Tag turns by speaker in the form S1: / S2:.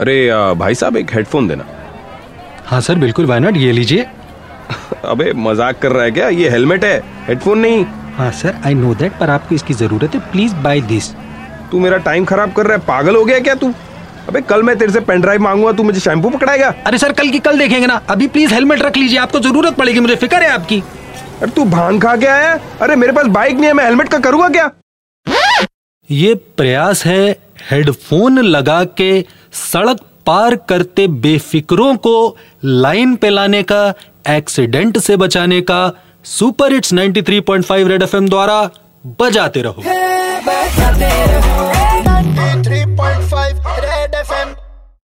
S1: अरे आ, भाई साहब एक हेडफोन देना
S2: हाँ सर बिल्कुल वाई नॉट ये लीजिए
S1: अबे मजाक कर रहा है क्या ये हेलमेट है हेडफोन नहीं
S2: हाँ सर आई नो दैट पर आपको इसकी ज़रूरत है प्लीज़ बाय दिस
S1: तू मेरा टाइम खराब कर रहा है पागल हो गया क्या तू अबे कल मैं तेरे से पेन ड्राइव मांगूंगा तू मुझे शैम्पू पकड़ाएगा
S2: अरे सर कल की कल देखेंगे ना अभी प्लीज़ हेलमेट रख लीजिए आपको ज़रूरत पड़ेगी मुझे फिक्र है आपकी
S1: अरे तू भांग खा के आया है? अरे मेरे पास बाइक नहीं है मैं हेलमेट का करूंगा क्या
S2: ये प्रयास है हेडफोन लगा के सड़क पार करते बेफिक्रों को लाइन पे लाने का एक्सीडेंट से बचाने का सुपर हिट्स 93.5 रेड एफएम द्वारा बजाते रहो
S3: बजाते रहो